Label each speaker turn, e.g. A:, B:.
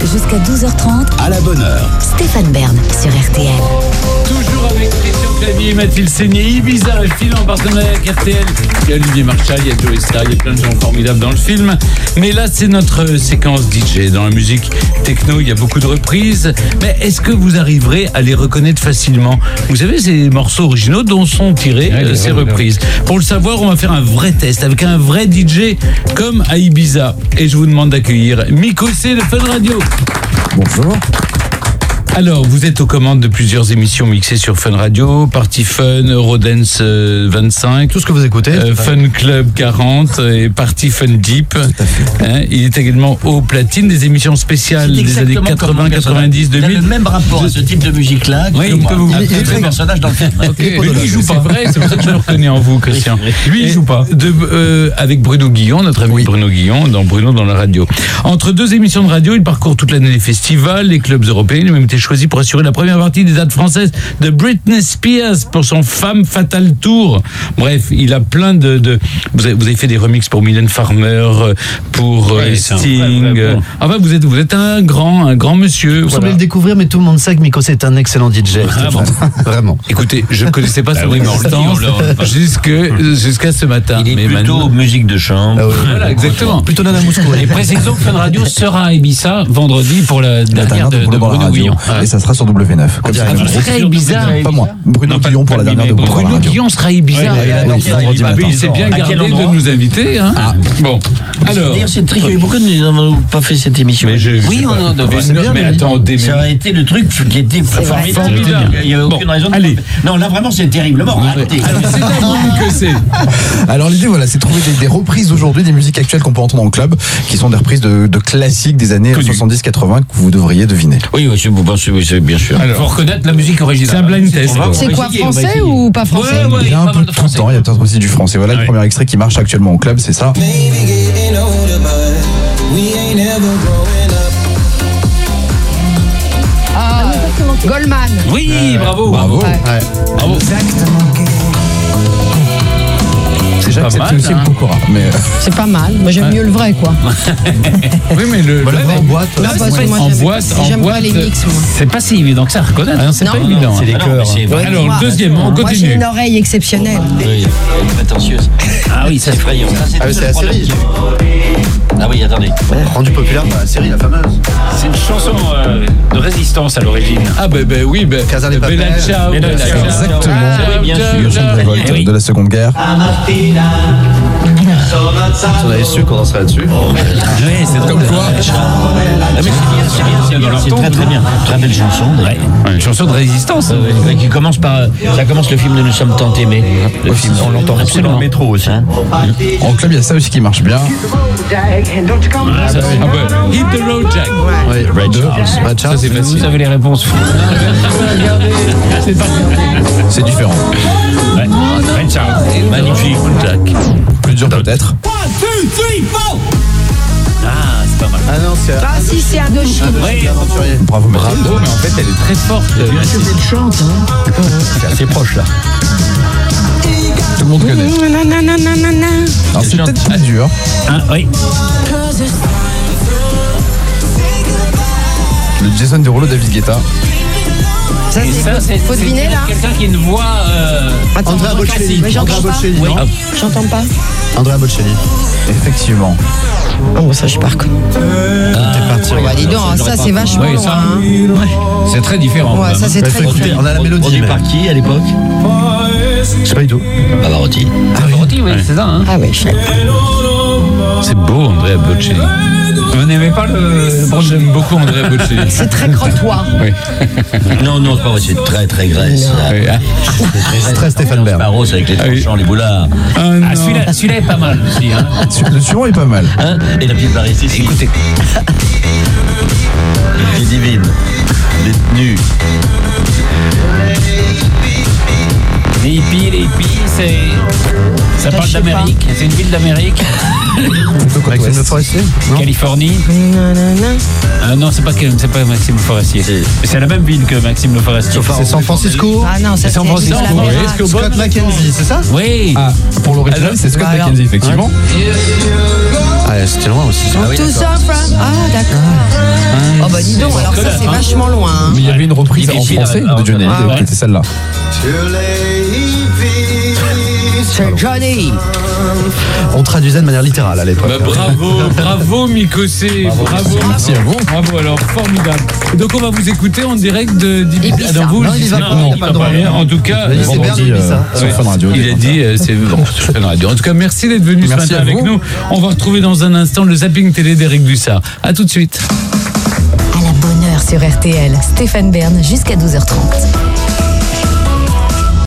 A: jusqu'à 12h30.
B: À la bonne heure.
A: Stéphane Bern sur RTL.
C: Toujours avec Christian Clavier et Mathilde Seigné, Ibiza et Phil en partenariat avec RTL. Il y a Olivier Marchal, il y a Joe Star, il y a plein de gens formidables dans le film. Mais là, c'est notre séquence DJ. Dans la musique techno, il y a beaucoup de reprises. Mais est-ce que vous arriverez à les reconnaître facilement Vous savez, ces morceaux originaux dont sont tirés
D: Ouais,
C: euh,
D: les
C: ces
D: reprises.
C: reprises. Pour le savoir, on va faire un vrai test avec un vrai DJ comme à Ibiza. Et je vous demande d'accueillir Miko C de Fun Radio.
E: Bonjour.
C: Alors, vous êtes aux commandes de plusieurs émissions mixées sur Fun Radio, Party Fun, Eurodance euh, 25,
E: Tout ce que vous écoutez.
C: euh, Fun Club 40 et Party Fun Deep. Hein, il est également au platine des émissions spéciales des années 80, 90,
F: Il a le
C: 2000.
F: même rapport à ce type de musique-là que
C: Oui, que
F: moi.
C: vous-
F: Après,
C: il est
F: le
C: très-
F: personnage dans le film.
C: Ah, Ok, mais lui il joue pas vrai, c'est pour ça que je le reconnais en vous, Christian. Lui il joue pas. euh, avec Bruno Guillon, notre ami Bruno Guillon, dans Bruno dans la radio. Entre deux émissions de radio, il parcourt toute l'année les festivals, les clubs européens. Il a même été choisi pour assurer la première partie des dates françaises de Britney Spears pour son Femme Fatale Tour. Bref, il a plein de. de- vous, avez, vous avez fait des remixes pour Mylène Farmer, euh, pour euh,
D: Ouais, c'est un vrai,
C: Sting.
D: vrai
C: euh,
D: bon.
C: Ah bah vous êtes, vous êtes un grand, un grand monsieur.
E: Vous semblez
C: voilà.
E: le découvrir, mais tout le monde sait que Miko c'est un excellent DJ.
C: Ah bon.
E: Vraiment.
C: Écoutez, je ne connaissais pas son
D: oui,
C: importance
D: on l'a- on l'a pas.
C: jusque- jusqu'à ce matin.
F: Il est
C: Mais
F: plutôt
C: maintenant-
F: musique de chambre.
E: Ah ouais.
C: Voilà, exactement.
E: Plutôt Nana Mouskouri.
D: Et précisons que Fun Radio sera à Ibiza vendredi pour la dernière
G: dernière
D: de,
G: pour
D: de
G: le Bras
D: Bruno
G: Radio.
D: Guillon.
G: Et ça sera sur W9. Comme
C: Ah,
G: ça,
E: direct.
G: il y a un groupe.
D: Très bizarre.
G: Pas moi. Bruno
C: Non, pas-
G: Guillon pour
C: pas
G: la
C: lui,
G: dernière de
C: mais
G: Bras
C: Bruno
G: Radio.
C: Guillon sera à Ibiza.
G: Ouais,
C: Ah
G: ouais,
C: oui,
G: ouais, vendredi
C: bah oui,
G: matin.
C: il s'est bien
F: À quel
C: gardé de
F: endroit
C: nous inviter. hein. Bon, alors.
F: D'ailleurs, c'est triste. Pourquoi nous n'avons pas fait cette émission
C: Mais je- je sais
F: Oui, on
C: pas.
F: en
C: Mais non, mais attendez, mais-
F: Ça aurait été le truc qui était formidable.
C: Formidable.
F: Il n'y avait aucune
C: Bon,
F: raison de.
C: allez.
F: Non, là, vraiment, c'est terriblement raté.
C: Alors, c'est la ligne que c'est.
G: Alors l'idée voilà, c'est de trouver des, des reprises aujourd'hui des musiques actuelles qu'on peut entendre en club, qui sont des reprises de, de classiques des années 70-80 que vous devriez deviner.
F: Oui, monsieur, vous pensez, oui, c'est bien sûr.
D: Il faut reconnaître la musique originale.
C: C'est un blind test.
D: On va-
H: C'est
D: on va
H: quoi,
D: essayer, on va
H: français
D: essayer.
H: ou pas
D: Ouais,
H: français
D: ouais,
G: il y a
D: pas
G: un peu
D: mal
G: de tout le temps, il y a peut-être aussi du français. Voilà le premier extrait qui marche actuellement en club, c'est ça.
H: Ah, Goldman.
D: Oui, bravo.
G: Bravo.
H: Ouais.
G: C'est déjà
C: pas
G: accepté
C: mal,
G: aussi
C: hein.
G: le Pokora. Mais euh,
H: C'est pas mal. Moi, j'aime mieux le vrai, quoi.
C: Oui, mais Bah, le.
G: voilà, en boîte.
H: Non, parce que moi,
C: En
H: j'aime-
C: boîte, en
H: J'aime pas
C: boîte. euh,
H: les mix, moi.
C: C'est pas si évident que ça à reconnaître. hein, C'est
H: Non.
C: pas évident. hein.
F: Ah non, mais c'est vrai.
C: Alors, le deuxième, on
H: Moi, j'ai
C: continue.
H: une oreille exceptionnelle.
F: Ah, Oui, elle est fantastieuse. Ah oui, c'est effrayant. Ça,
G: Ah oui,
F: tout
G: c'est
F: le
G: la
F: problème.
G: série.
F: Ah oui, attendez.
G: Rendu populaire par la série, la fameuse.
D: C'est une chanson euh, de résistance à l'origine.
C: Ah, ben ben oui, ben.
G: Casa de Papel.
C: Bella Ciao.
D: Bella
C: Bella
D: Ciao.
C: Ciao.
G: Exactement.
C: Ah,
F: Oui, bien sûr.
C: Ciao,
F: Eh
C: ciao.
G: Révolte
F: Oui.
G: de la Seconde Guerre.
E: On avait su qu'on danserait là-dessus.
F: Oui, c'est Comme quoi. Ah, C'est bien, c'est très très bien. Très belle chanson. d'ailleurs.
C: Une chanson de résistance.
F: Ouais, ouais, Qui commence par. euh, Ça commence le film de Nous sommes tant aimés. Le film, on l'entend absolument. Hein Dans le métro aussi.
G: En club, il y a ça aussi qui marche bien.
C: Ah, bah, Hit the road, Jack.
G: Ouais, deux. Red Charles,
C: C'est
D: Vous
C: facile.
D: avez les réponses.
G: c'est différent.
F: Magnifique, Jack.
G: Plus dur peut-être.
E: Ah non, c'est
H: Ah, si, c'est Indochine.
G: Bravo, Mathilde.
C: Bravo, Oh, mais en fait, elle est très forte.
F: C'est assez proche là.
G: Tout le monde connaît.
H: Mmh,
G: Alors, C'est peut-être plus dur.
D: Ah, oui.
G: Le Jason Derulo, David Guetta.
H: Ça,
D: Et ça, c'est
H: c'est. Faut
D: c'est
H: deviner, là.
D: quelqu'un qui a une voix. euh,
H: Attends,
E: Andrea
H: j'entends
E: Bocelli.
H: pas. Mais j'entends
E: Andrea
H: pas.
E: Bocelli.
D: Oui.
H: J'entends pas.
E: Andrea Bocelli.
G: Effectivement.
H: Oh, bon, ça, je pars. Bah, dis donc, ça, c'est vachement
C: Oui,
H: loin.
C: ça,
H: hein.
C: C'est très différent.
H: Ouais, ça, c'est très
E: Écoutez,
H: loin.
E: On a la mélodie.
F: Produit
E: mais-
F: par qui à l'époque
E: Je sais pas du tout.
F: Pavarotti.
D: Pavarotti, oui, c'est ça. hein.
H: Ah, oui, je sais.
C: C'est beau, Andrea Bocelli. Vous n'aimez pas le. Bon, j'aime beaucoup Andrea Bocelli.
H: C'est très crottoir.
C: Oui.
F: Non, non, c'est pas vrai, c'est très très graisse. là.
C: Oui. Ah,
F: C'est très Ah
G: Stéphane Bern.
F: Barros avec les
C: oui.
F: tranchants, les boulards.
C: non.
D: Ah, celui-là celui est pas mal aussi. hein.
G: Le suivant est pas mal.
F: Hein Et la petite Paris Écoutez. Les divine. Détenue.
D: Les hippies, les hippies, c'est. Ça parle
H: je sais
D: d'Amérique, c'est une ville d'Amérique,
G: Maxime Le Forestier Non
D: Californie. Ah non, c'est pas, c'est pas Maxime Le Forestier. C'est la même ville que Maxime Le Forestier.
E: C'est San Francisco.
H: Ah non, ça,
D: San
H: c'est
D: Francisco,
H: dans la
D: oui.
H: Mera.
D: Est-ce que-
E: Scott McKenzie, c'est ça
D: Oui.
C: Bah,
G: Ah, pour l'original, c'est Scott
E: Alors-
G: McKenzie, effectivement.
B: Ah, c'était loin aussi. ça.
H: Tout ça, Frank. Ah, d'accord. Oh, bah dis donc, alors ça, c'est vachement loin. hein.
G: Mais il y avait une reprise en
F: Difficile,
G: français
F: hein,
G: de Johnny
H: ah,
G: Hallyday,
H: ouais.
G: qui était celle-là.
H: C'est Johnny.
B: On traduisait de manière littérale à l'époque.
C: Bah, bravo, bravo Mikosé, bravo.
G: Merci à vous.
C: Bravo, alors formidable. Donc on va vous écouter en direct de Ah,
H: Ibiza.
C: dans vous,
B: Non,
C: je-
B: Ibiza,
C: non,
B: on n'a
C: il va
B: pas le droit.
C: pas rien. En tout cas,
B: Il s'est
C: vendredi,
B: perdu,
C: euh,
B: Ibiza.
G: Sur
C: ouais.
G: Fun Radio.
C: Il a dit, euh, c'est bon, sur Fun Radio. En tout cas, merci d'être venu
G: Merci
C: ce matin
G: à
C: avec
G: vous.
C: nous. On va retrouver dans un instant le zapping télé d'Eric Dussard. À tout de suite.
A: À la bonne heure sur RTL. Stéphane Bern jusqu'à 12h30.